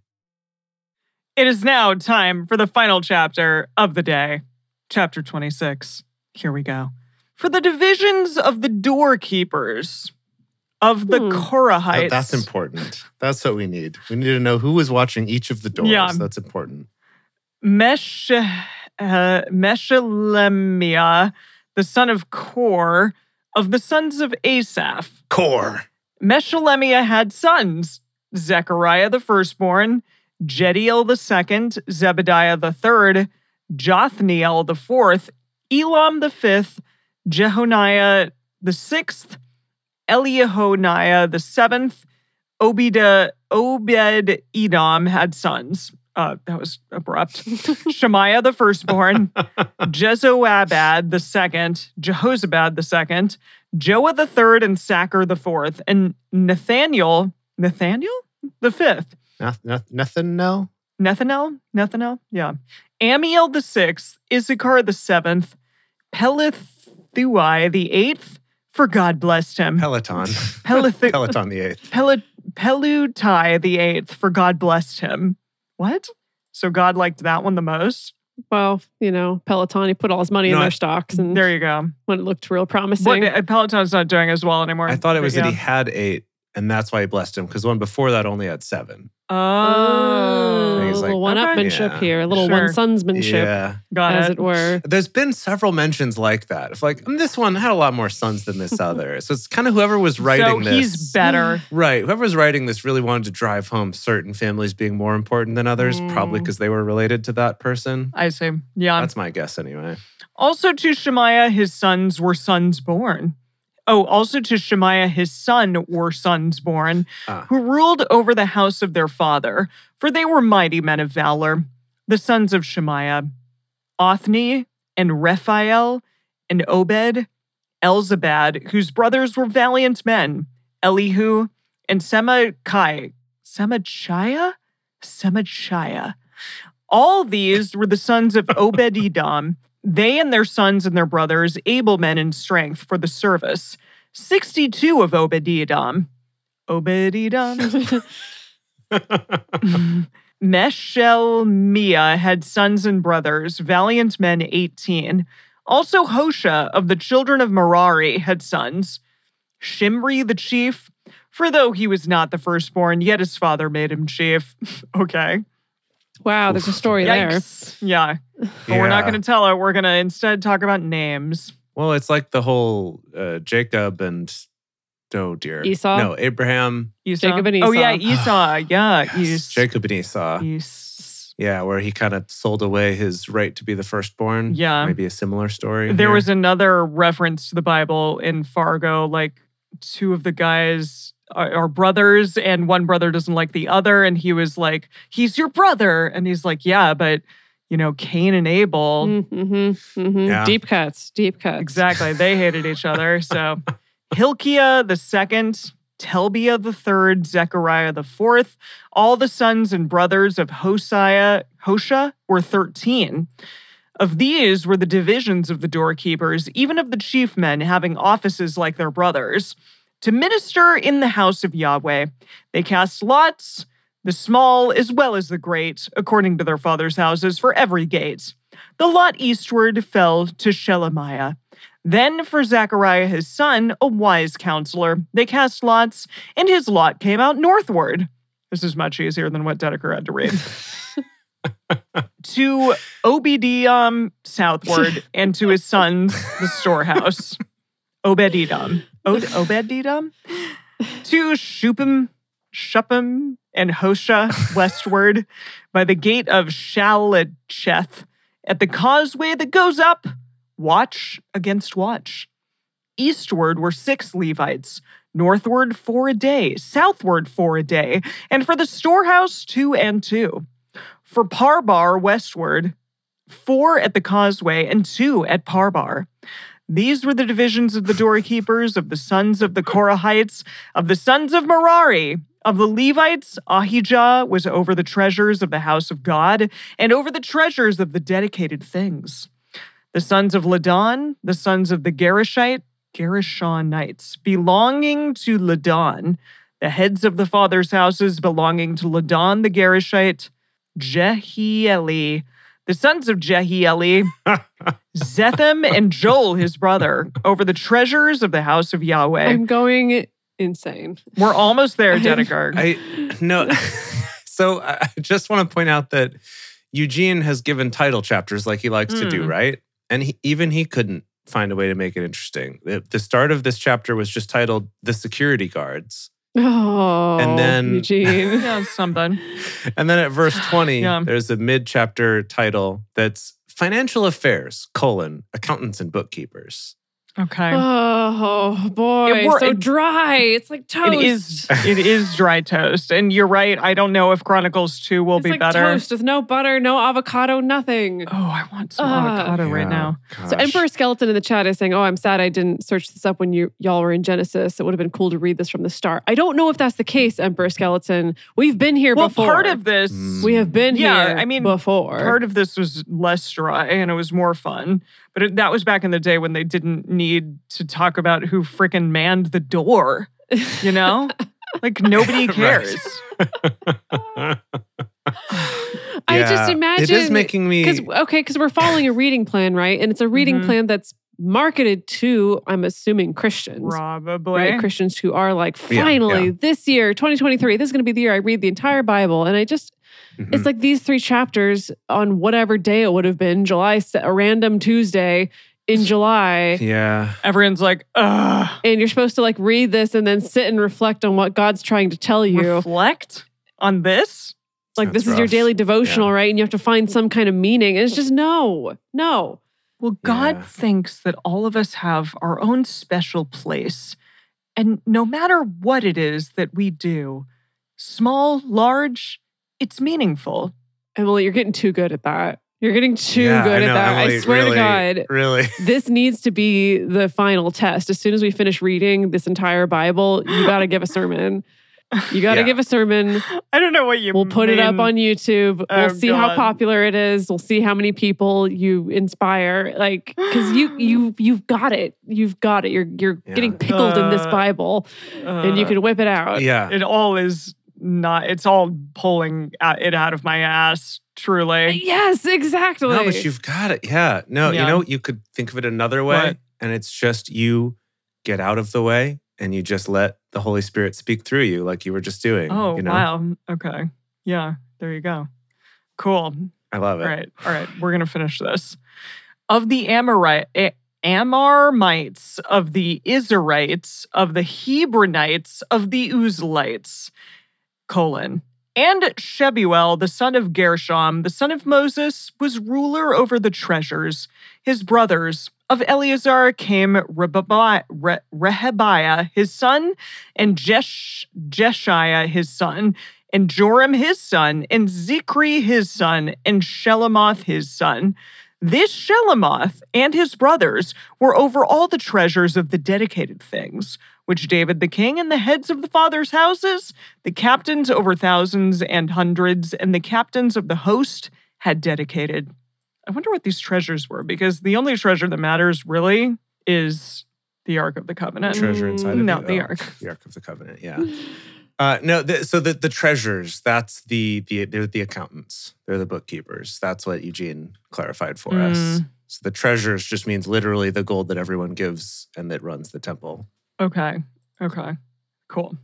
It is now time for the final chapter of the day, chapter 26. Here we go. For the divisions of the doorkeepers. of the Hmm. Korah But Heights. Oh, that's important. That's what we need. We need to know who was watching each of the doors. Yeah. That's important. Mesh, uh, Meshelemiah, the son of Kor, of the sons of Asaph. Core. Meshelemiah had sons Zechariah the firstborn, Jediel the second, Zebediah the third, Jothniel the fourth, Elam the fifth, Jehoniah the sixth, Eliehoniah the seventh, Obida, Obed Edom had sons. Uh, that was abrupt. Shemaiah the firstborn, Jezoabad the second, Jehozabad the second, Joah the third and Sacker the fourth, and Nathaniel, Nathaniel the fifth, Nothing, no? Nethanel, Nethanel, yeah, Amiel the sixth, Issachar the seventh, Pelethuai the eighth, for God blessed him, Peloton. Pelethu- Peloton the eighth. Pel- Pelutai the eighth, for God blessed him. What? So God liked that one the most. Well, you know, Peloton, he put all his money You know, in I- their stocks and There you go. when it looked real What, promising. uh, Peloton's not doing as well anymore. I thought it but was that he yeah. had eight, and that's why he blessed him, because the one before that only had seven. Oh, Oh, And a he's little like, one upmanship okay. here, a little Sure. one sonsmanship, Yeah. got as it. it were. There's been several mentions like that. Of like, "Mm, this one had a lot more sons than this other. So it's kind of whoever was so writing this. he's better. Right. Whoever was writing this really wanted to drive home certain families being more important than others, probably Mm. Um, because they were related to that person. I see. Yeah. That's my guess anyway. also to Shemaiah, his sons were sons born. Oh, also to Shemaiah, his son were sons born, Ah. who ruled over the house of their father, for they were mighty men of valor. The sons of Shemaiah, Othni and Rephael and Obed, Elzabad, whose brothers were valiant men, Elihu and Semachiah. Semachiah? Semachiah. All these were the sons of Obed Edom, they and their sons and their brothers, able men in strength for the service. 62 of Obed Edom. Obed Edom. Meshelmiah had sons and brothers, valiant men 18. Also, Hosha of the children of Merari had sons. Shimri the chief, for though he was not the firstborn, yet his father made him chief. okay. wow, there's a story there. Yikes. Yeah. But we're not Yeah. going to tell it. We're going to instead talk about names. Well, it's like the whole uh, Jacob and oh dear, Esau? No, Abraham, Esau. Jacob and Oh yeah, Esau. Esau. Yeah, Yes, Es- Jacob and Esau. Es- Yeah, where he kind of sold away his right to be the firstborn. Yeah. maybe a similar story. There here. was another reference to the Bible in Fargo. Like two of the guys are, are brothers, and one brother doesn't like the other, and he was like, "He's your brother," and he's like, "Yeah, but you know, Cain and Abel." Mm-hmm, hmm Yeah. Deep cuts, deep cuts. Exactly. They hated each other. So Hilkiah the second, Telbiah the third, Zechariah the fourth, all the sons and brothers of Hosiah, Hosha were 13. Of these were the divisions of the doorkeepers, even of the chief men having offices like their brothers, to minister in the house of Yahweh. They cast lots, the small as well as the great, according to their fathers' houses, for every gate. The lot eastward fell to Shelemiah. Then for Zechariah his son, a wise counselor, they cast lots, and his lot came out northward. This is much easier than what Dedeker had to read. to Obededom southward, and to his sons the storehouse. Obededom, Od- Obededom, to Shupim, Shupim, and Hosha westward, by the gate of Shalacheth, at the causeway that goes up watch against watch. Eastward were six Levites, northward four a day, southward four a day, and for the storehouse two and two. For Parbar westward, four at the causeway and two at Parbar. These were the divisions of the doorkeepers, of the sons of the Korahites, of the sons of Merari. Of the Levites, Ahijah was over the treasures of the house of God and over the treasures of the dedicated things the sons of Ladan, the sons of the Gerishite, Gerishonites, belonging to Ladan, the heads of the fathers' houses belonging to Ladan the Gerishite, Jehieli, the sons of Jehieli, Zetham and Joel his brother, over the treasures of the house of Yahweh. I'm going insane. We're almost there, I- Dedegarg. I no. so I I just want to point out that Eugene has given title chapters like he likes to Hmm. do, Mm. right? And he, even he couldn't find a way to make it interesting. The, the start of this chapter was just titled "The Security Guards," Oh, then- Eugene. yeah, something. and then at verse twenty, Yeah. there's a mid-chapter title that's "Financial Affairs: colon Accountants and Bookkeepers." Okay. oh boy, It wor- so it- dry. It's like toast. It is it is dry toast. And you're right. I don't know if Chronicles 2 will It's be like better. toast with no butter, no avocado, nothing. Oh, I want some Uh, avocado right Yeah, now. So gosh. Emperor Skeleton in the chat is saying, "Oh, I'm sad I didn't search this up when you y'all were in Genesis. It would have been cool to read this from the start." I don't know if that's the case, Emperor Skeleton. We've been here Well, before. part of this Mm. we have been Yeah, here. I mean, before part of this was less dry and it was more fun. But it, that was back in the day when they didn't need to talk about who frickin' manned the door, you know? like nobody Right. cares. I just Yeah. imagine it is making me because okay, because we're following a reading plan, right? And it's a reading Mhm. plan that's marketed to, I'm assuming, Christians. Probably. Right, Christians who are like, Yeah, finally, this year, 2023, this is going to be the year I read the entire Bible. And I just, Mhm. It's like these three chapters on whatever day it would have been, July, se- a random Tuesday in July. yeah. Everyone's like, ugh. And you're supposed to like read this and then sit and reflect on what God's trying to tell you. Reflect on this? like, this That's is your rough. daily devotional, right? And you have to find some kind of meaning. And it's just no, no. Well, God Yeah. thinks that all of us have our own special place. And no matter what it is that we do, small, large, it's meaningful. Emily, you're getting too good at that. You're getting too Yeah, good I at know, that. I Emily, swear really, to God. Really. This needs to be the final test. As soon as we finish reading this entire Bible, you got to give a sermon. You got to Yeah. give a sermon. I don't know what you We'll put it up on YouTube. Oh, we'll see how God. popular it is. We'll see how many people you inspire. Like, because you you you've got it. You've got it. You're you're Yeah. getting pickled in this Uh, Bible, and you can whip it out. Yeah. It all is not, it's all pulling out- it out of my ass, truly. Yes, exactly. No, but you've got it. Yeah. No, Yeah. you know, you could think of it another way, What? and it's just you get out of the way and you just let the Holy Spirit speak through you, like you were just doing. Oh, you know? wow. Okay. Yeah. There you go. Cool. I love it. All right. All right. We're going to finish this. Of the Amorite, A- Amarmites, of the Israelites, of the Hebronites, of the Uzalites, colon. And Shebuel, the son of Gershom, the son of Moses, was ruler over the treasures. His brothers, of Eleazar came Rehabiah, Re- Rehabiah his son, and Jesh- Jeshiah, his son, and Joram his son, and Zikri his son, and Shelamoth his son. This Shelamoth and his brothers were over all the treasures of the dedicated things, which David the king and the heads of the fathers' houses, the captains over thousands and hundreds, and the captains of the host had dedicated. I wonder what these treasures were, because the only treasure that matters really is the Ark of the Covenant. Treasure inside of No, you. Mm, the Oh, Ark. The Ark of the Covenant. Yeah. Uh, no, the, so the, the treasures, that's the, the, they're the accountants, they're the bookkeepers. That's what Eugene clarified for us. Mm. So the treasures just means literally the gold that everyone gives and that runs the temple. Okay. Okay. Cool.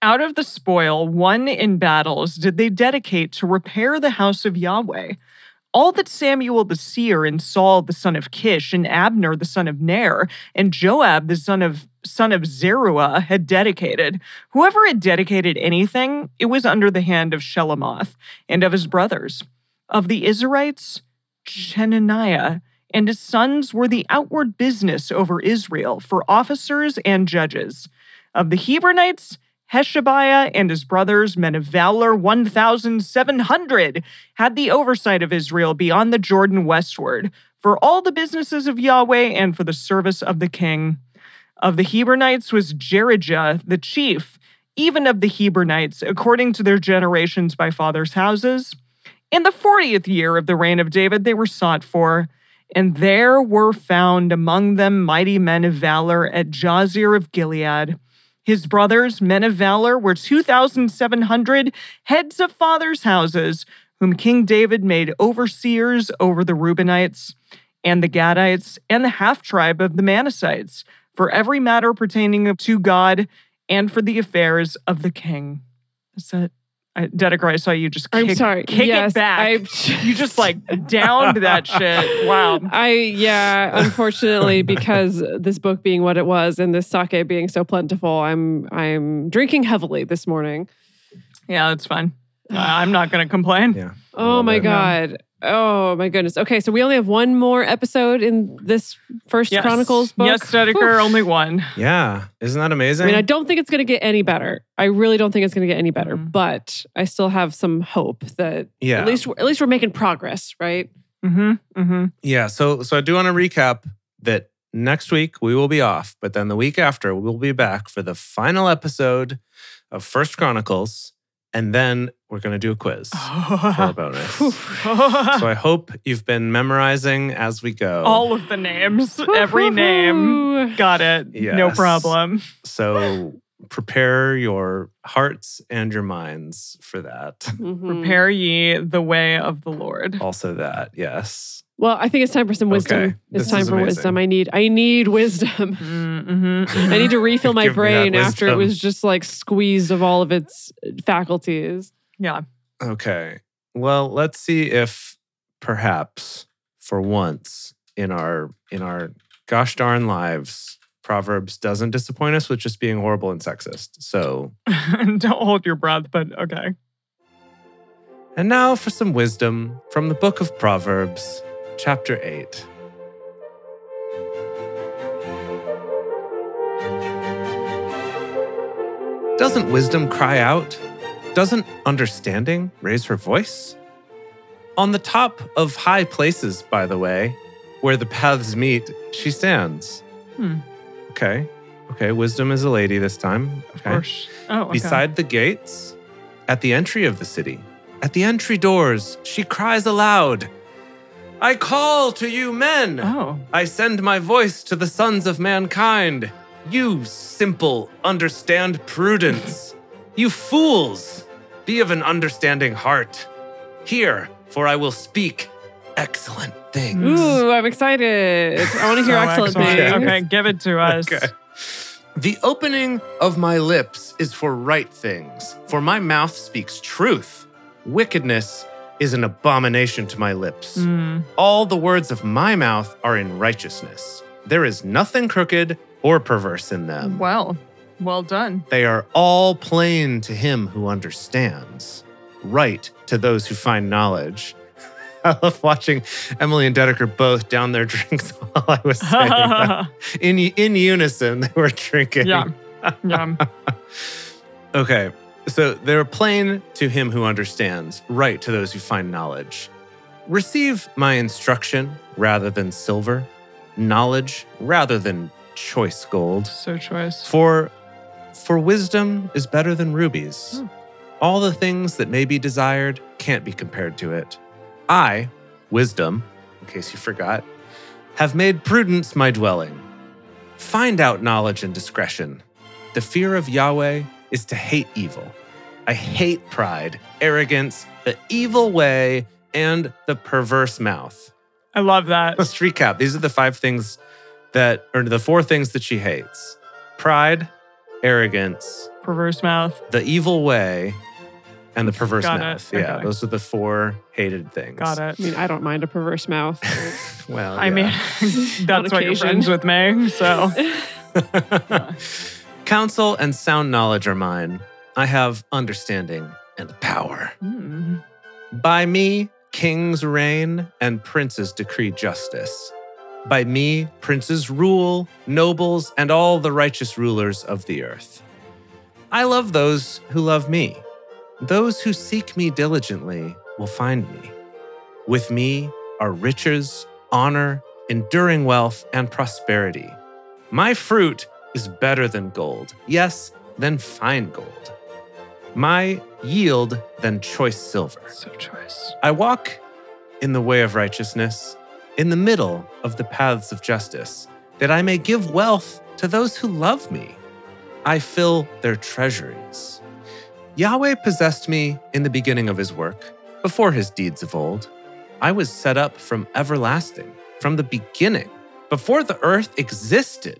Out of the spoil won in battles did they dedicate to repair the house of Yahweh. All that Samuel the seer and Saul the son of Kish and Abner the son of Ner and Joab the son of son of Zeruiah had dedicated. Whoever had dedicated anything, it was under the hand of Shelamoth and of his brothers. Of the Israelites, Chenaniah and his sons were the outward business over Israel for officers and judges. Of the Hebronites, Heshabiah and his brothers, men of valor, 1,700, had the oversight of Israel beyond the Jordan westward, for all the businesses of Yahweh and for the service of the king. Of the Hebronites was Jerijah, the chief, even of the Hebronites, according to their generations by fathers' houses. In the 40th year of the reign of David, they were sought for. And there were found among them mighty men of valor at Jazir of Gilead. His brothers, men of valor, were 2,700 heads of fathers' houses, whom King David made overseers over the Reubenites and the Gadites and the half tribe of the Manassites, for every matter pertaining to God and for the affairs of the king. Is that I, Dedeker? I saw you just kick, I'm sorry. kick yes, it back. I, you just like downed that shit. Wow. I yeah, unfortunately, because this book being what it was and this sake being so plentiful, I'm I'm drinking heavily this morning. Yeah, that's fine. Uh, I'm not gonna complain. Yeah. Oh Love my it. god. Oh my goodness. Okay, so we only have one more episode in this first Yes. Chronicles book. Yes, Dedeker, Whew. only one. Yeah. Isn't that I amazing? mean, I don't think it's going to get any better. I really don't think it's going to get any better, Mhm. but I still have some hope that yeah. at least at least we're making progress, right? Mm-hmm. Mm-hmm. Yeah. So so I do want to recap that next week we will be off, but then the week after we'll be back for the final episode of First Chronicles, and then we're gonna do a quiz Oh. for a bonus. so I hope you've been memorizing as we go. All of the names, every name. Woo-hoo-hoo. Got it. No Yes. problem. so prepare your hearts and your minds for that. Mhm. Prepare ye the way of the Lord. Also that, yes. Well, I think it's time for some wisdom. Okay. It's This time is for amazing. wisdom. I need I need wisdom. Mm-hmm. I need to refill my Give me that brain after it wisdom. was just like squeezed of all of its faculties. yeah. Okay. Well, let's see if perhaps for once in our in our gosh darn lives, Proverbs doesn't disappoint us with just being horrible and sexist. So, Don't hold your breath, but okay. and now for some wisdom from the book of Proverbs, chapter 8. Doesn't wisdom cry out? Doesn't understanding raise her voice? On the top of high places, by the way, where the paths meet, she stands. Hmm. Okay. Okay. Wisdom is a lady this time. Of Okay. course. Oh, okay. Beside the gates, at the entry of the city, at the entry doors, she cries aloud I call to you, men! Oh. I send my voice to the sons of mankind. You simple, understand prudence. you fools, be of an understanding heart. Hear, for I will speak excellent things. Ooh, I'm excited. I want to hear So excellent excellent. things. Okay, give it to us. Okay. The opening of my lips is for right things, for my mouth speaks truth. Wickedness is an abomination to my lips. Mm. All the words of my mouth are in righteousness. There is nothing crooked or perverse in them. Well, well done. They are all plain to him who understands, right to those who find knowledge. I love watching Emily and Dedeker both down their drinks while I was saying that. yeah, In, in unison, they were drinking. yeah. Okay. So they're plain to him who understands, right to those who find knowledge. Receive my instruction rather than silver, knowledge rather than choice gold. So choice. For for wisdom is better than rubies. Hmm. All the things that may be desired can't be compared to it. I, wisdom, in case you forgot, have made prudence my dwelling. Find out knowledge and discretion. The fear of Yahweh is to hate evil. I hate pride, arrogance, the evil way, and the perverse mouth. I love that. Let's recap. These are the five things that, or the four things that she hates pride, arrogance, Perverse mouth. the evil way, and the perverse Got it. mouth. Yeah, Okay. those are the four hated things. Got it. I mean, I don't mind a perverse mouth. Well, I mean, On that's why you're occasion. friends with me. So mean, counsel and sound knowledge are mine. I have understanding and power. Mm. By me, kings reign and princes decree justice. By me, princes rule, nobles, and all the righteous rulers of the earth. I love those who love me. Those who seek me diligently will find me. With me are riches, honor, enduring wealth, and prosperity. My fruit is better than gold, yes, than fine gold. My yield than choice silver. so choice. I walk in the way of righteousness, in the middle of the paths of justice, that I may give wealth to those who love me. I fill their treasuries. Yahweh possessed me in the beginning of his work, before his deeds of old. I was set up from everlasting, from the beginning, before the earth existed.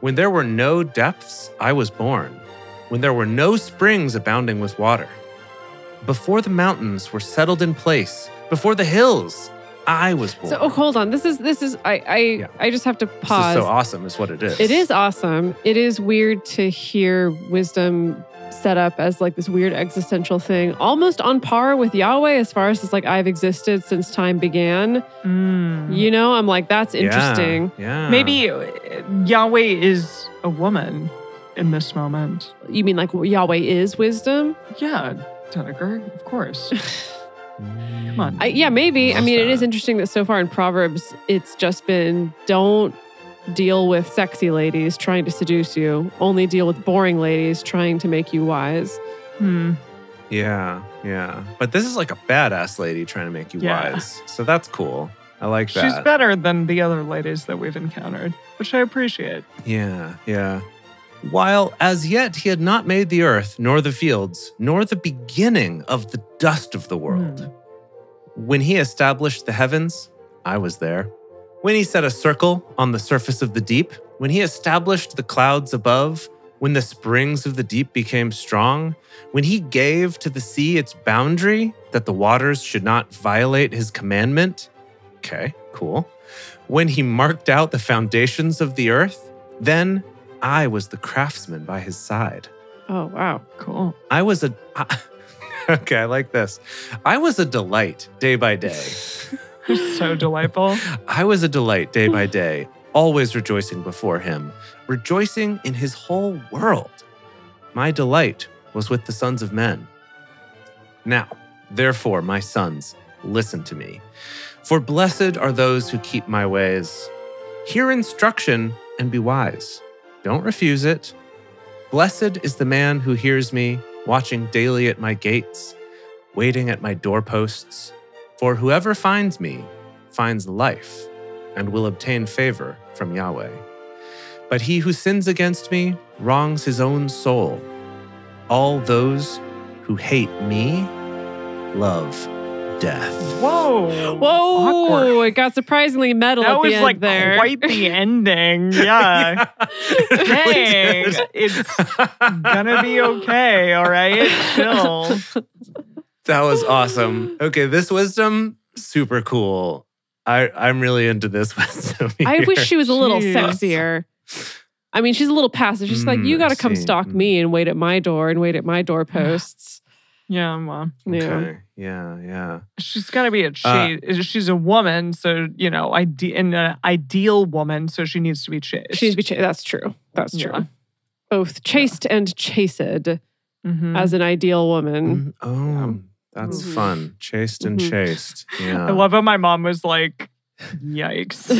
When there were no depths, I was born. when there were no springs abounding with water. Before the mountains were settled in place, before the hills, I was born. So oh, hold on. This is this is I I Yeah. I just have to this is pause. so awesome, is what it is. It is awesome. It is weird to hear wisdom set up as like this weird existential thing, almost on par with Yahweh as far as it's like I've existed since time began. Mm. You know, I'm like that's Yeah, interesting. Yeah. Maybe uh, Yahweh is a woman in this moment. You mean like Yahweh is wisdom? Yeah, Dedeker, of course. Come on. I, yeah, maybe. I Love mean, it that. is interesting that so far in Proverbs, it's just been don't deal with sexy ladies trying to seduce you, only deal with boring ladies trying to make you wise. Hmm. Yeah, yeah. But this is like a badass lady trying to make you Yeah. wise. So that's cool. I like that. She's better than the other ladies that we've encountered, which I appreciate. Yeah, yeah. While as yet he had not made the earth, nor the fields, nor the beginning of the dust of the Hmm. world. When he established the heavens, I was there. When he set a circle on the surface of the deep, when he established the clouds above, when the springs of the deep became strong, when he gave to the sea its boundary that the waters should not violate his commandment. Okay, cool. When he marked out the foundations of the earth, then I was the craftsman by his side. Oh, wow. Cool. I was a. I- okay, I like this. I was a delight day by day. so delightful. I was a delight day by day, always rejoicing before him, rejoicing in his whole world. My delight was with the sons of men. Now, therefore, my sons, listen to me. For blessed are those who keep my ways. Hear instruction and be wise. Don't refuse it. Blessed is the man who hears me, watching daily at my gates, waiting at my doorposts. For whoever finds me finds life and will obtain favor from Yahweh. But he who sins against me wrongs his own soul. All those who hate me love death. Whoa. Whoa, Awkward. it got surprisingly metal That at the was end like there. quite the ending. Yeah. Dang. It's gonna be okay. All right. Chill. That was awesome. Okay, this wisdom, super cool. I, I'm really into this wisdom. I here. wish she was a little Jeez. sexier. I mean, she's a little passive. She's like, Mm, you I Hmm, got to come see. stalk Mm. me and wait at my door and wait at my doorposts. Yeah, well. Yeah. Okay. Yeah, yeah. She's gotta be a she Uh, she's a woman, so you know, ide- an uh, ideal woman, so she needs to be chased. She's be cha- that's true. That's true. Yeah. Both chaste and chased Mhm. as an ideal woman. Mm, Oh, that's Mhm. fun. Chased and Mhm. chased. Yeah. I love how my mom was like, yikes.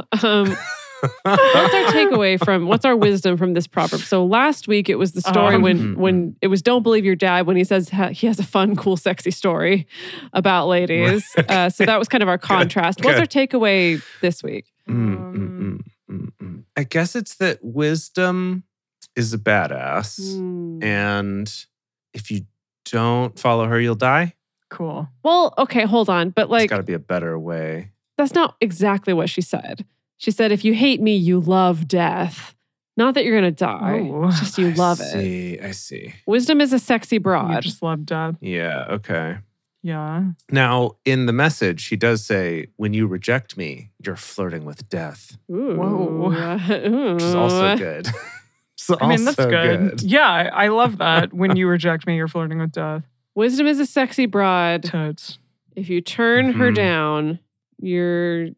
um, Mm, what's our takeaway from what's our wisdom from this proverb? So last week it was the story Uh-huh. Um, Mm-hmm. when when it was don't believe your dad when he says ha- he has a fun, cool, sexy story about ladies. Uh, so that was kind of our contrast. What's good. our takeaway this week? Mm, Um, mm, Um, mm, mm, mm. I guess it's that wisdom is a badass. Mm. Hmm. And if you don't follow her, you'll die. cool. Well, okay, hold on, but There's like got to be a better way. that's not exactly what she said. She said, "If you hate me, you love death. Not that you're gonna die, Oh. it's just you I love it. see, I see. Wisdom is a sexy You broad. just love death. Yeah, okay. Yeah. Now, in the message, he does say, When you reject me, you're flirting with death, Whoa. Ooh. which is also good. It's I mean, that's also good. Yeah, I love that. when you reject me, you're flirting with death. Wisdom is a sexy broad. Totes. If you turn her Mhm. down, you're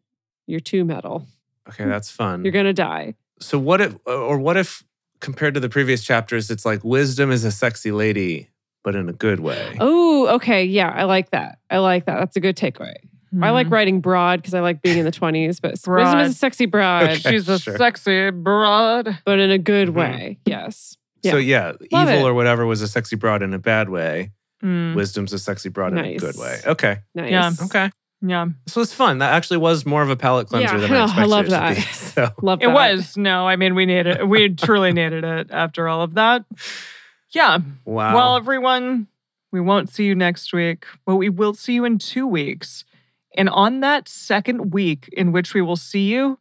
you're too metal. Okay, that's fun. You're gonna die. so, what if, or what if compared to the previous chapters, it's like wisdom is a sexy lady, but in a good way? Oh, okay, yeah, I like that. I like that. That's a good takeaway. I Mm-hmm. Mm-hmm. like writing broad because I like being in the twenties, but wisdom Broad. is a sexy broad, Okay. She's a Sure. sexy broad. but in a good Mhm. way. Yes. So, yeah, Love it. evil Mm-hmm. or whatever was a sexy broad in a bad way. Mm, Wisdom's a sexy broad in a Nice. good way. Okay, Nice. Yeah. okay. yeah, This was fun. That actually was more of a palate cleanser Yeah, than I I expected love it to that. be. So, Love it that. was. No, I mean, we needed it. We truly needed it after all of that. Yeah. wow. Well, everyone, we won't see you next week, but we will see you in two weeks. And on that second week in which we will see you,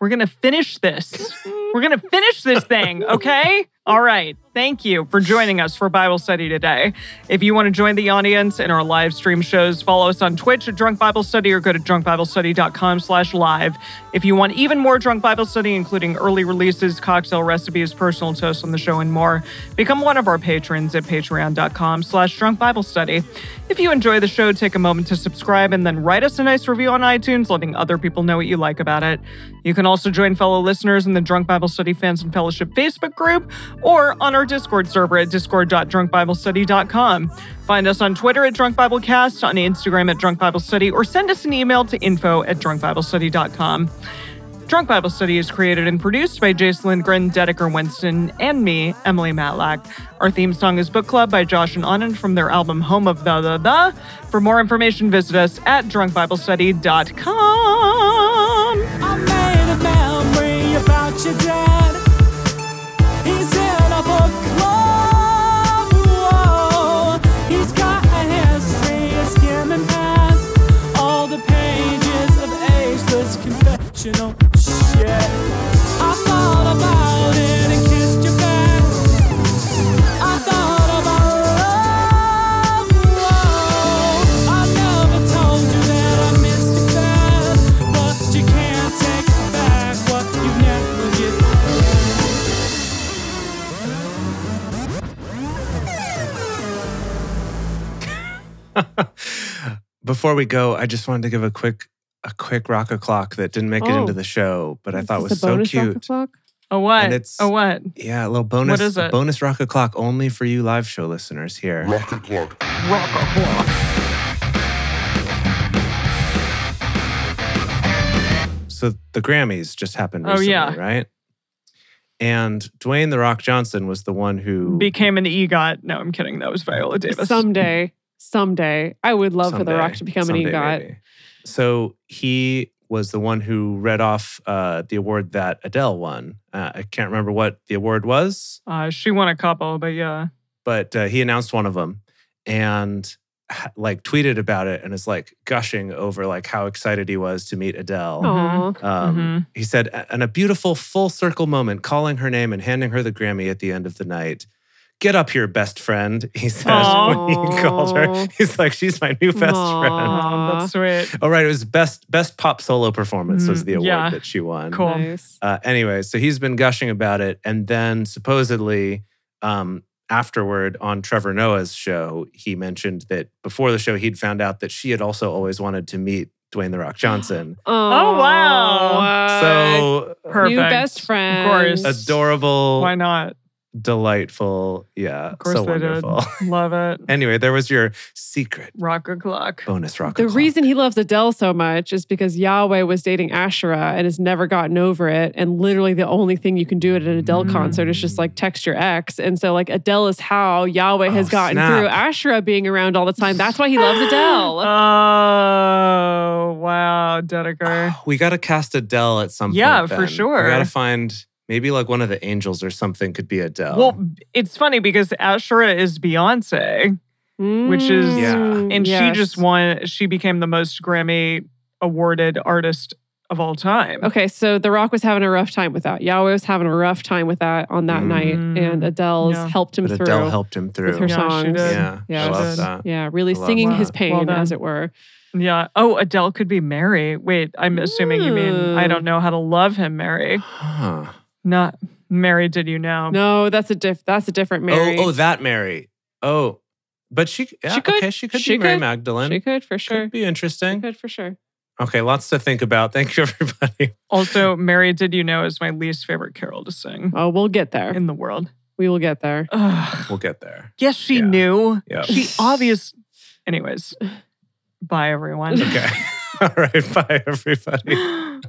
we're going to finish this. we're going to finish this thing, okay? All right. thank you for joining us for Bible study today. If you want to join the audience in our live stream shows, follow us on Twitch at Drunk Bible Study or go to drunkbiblestudy.com slash live. If you want even more Drunk Bible Study, including early releases, cocktail recipes, personal toasts on the show, and more, become one of our patrons at patreon.com slash drunk Bible study. If you enjoy the show, take a moment to subscribe and then write us a nice review on iTunes, letting other people know what you like about it. You can also join fellow listeners in the Drunk Bible Study Fans and Fellowship Facebook group or on our Discord server at discord.drunkbiblestudy.com. Find us on Twitter at Drunk Bible Cast, on Instagram at Drunk Bible Study, or send us an email to info at drunkbiblestudy.com. Drunk Bible Study is created and produced by Jace Lindgren, Dedeker Winston, and me, Emily Matlack. Our theme song is Book Club by Josh and Anand from their album Home of the The The. For more information, visit us at drunkbiblestudy.com. I made a memory about your dad. He's in a book club. Whoa. He's got a history of skimming past all the pages of ageless confessional shit. I thought about it and kissed your back. I thought about love. Whoa. I never told you that I missed you bad, but you can't take back what you never get. Before we go, I just wanted to give a quick a quick rock o'clock that didn't make it Oh. into the show, but I Is thought this was the so bonus rock cute. o'clock? A what? And it's- a what? Yeah, a little bonus is it? bonus rock o'clock only for you live show listeners here. Rocket Clock. Rock a whore. so the Grammys just happened Oh, recently, yeah. right? And Dwayne the Rock Johnson was the one who Became an EGOT. No, I'm kidding. That was Viola Davis. Someday, someday, I would love for The someday- Rock to become an someday EGOT. maybe. So he was the one who read off uh, the award that Adele won. Uh, I can't remember what the award was, Uh, she won a couple, but yeah. but uh, he announced one of them and ha- like tweeted about it and is like gushing over like how excited he was to meet Adele. Aw. Mhm. Um, Mhm. He said, "A- and a beautiful full circle moment, calling her name and handing her the Grammy at the end of the night. Get up here, best friend, he says when he called her. Aw. He's like, she's my new best friend. Aw. Aw, Um, that's sweet. Oh, right. It was best best pop solo performance was Mm, the award yeah. that she won. Cool. Nice. Uh, anyway, so he's been gushing about it. And then supposedly um, afterward on Trevor Noah's show, he mentioned that before the show, he'd found out that she had also always wanted to meet Dwayne The Rock Johnson. Oh, wow. Aw. so Perfect. New best friend. course. adorable, Why not? delightful. Yeah, Of course so they wonderful. did. Love it. anyway, there was your secret Rock a clock. bonus rock. The o'clock. reason he loves Adele so much is because Yahweh was dating Asherah and has never gotten over it. And literally, the only thing you can do at an Adele Mm. concert is just like text your ex. And so, like, Adele is how Yahweh has Oh, gotten snap. through Asherah being around all the time. That's why he loves Adele. Oh wow, Dedeker. we got to cast Adele at some Yeah, point. for then. sure. We got to find maybe like one of the angels or something could be Oh, Adele. Well, it's funny because Ashura is Beyonce, Which is- Yeah. Mm, and yes. she just won. She became the most Grammy awarded artist of all time. Okay, so The Rock was having a rough time with that. Yahweh was having a rough time with that on that Mm. night, and Adele's Yeah. helped him but through. Adele helped him through. with her Yeah, she songs. did. Yeah, Yeah, I she love did. that. Yeah, really I love singing that. his Wow. pain, Well done. as it were. Yeah. Oh, Adele could be Mary. Wait, I'm assuming you mean I don't know how to love him, Mary. Huh. Not Mary. Did you know? No, that's a diff. That's a different Mary. Oh, oh, that Mary. Oh, but she. Yeah, She could. Okay, she could She be Mary could. Magdalene. she could for sure. Could be She interesting. could for sure. Okay, lots to think about. Thank you, everybody. Also, Mary. Did you know is my least favorite carol to sing Oh, we'll get there. in the world. We will get there. Ugh. We'll get there. Yes, she Yeah. knew. Yeah. She obvious. Anyways, bye everyone. Okay. All right. Bye, everybody.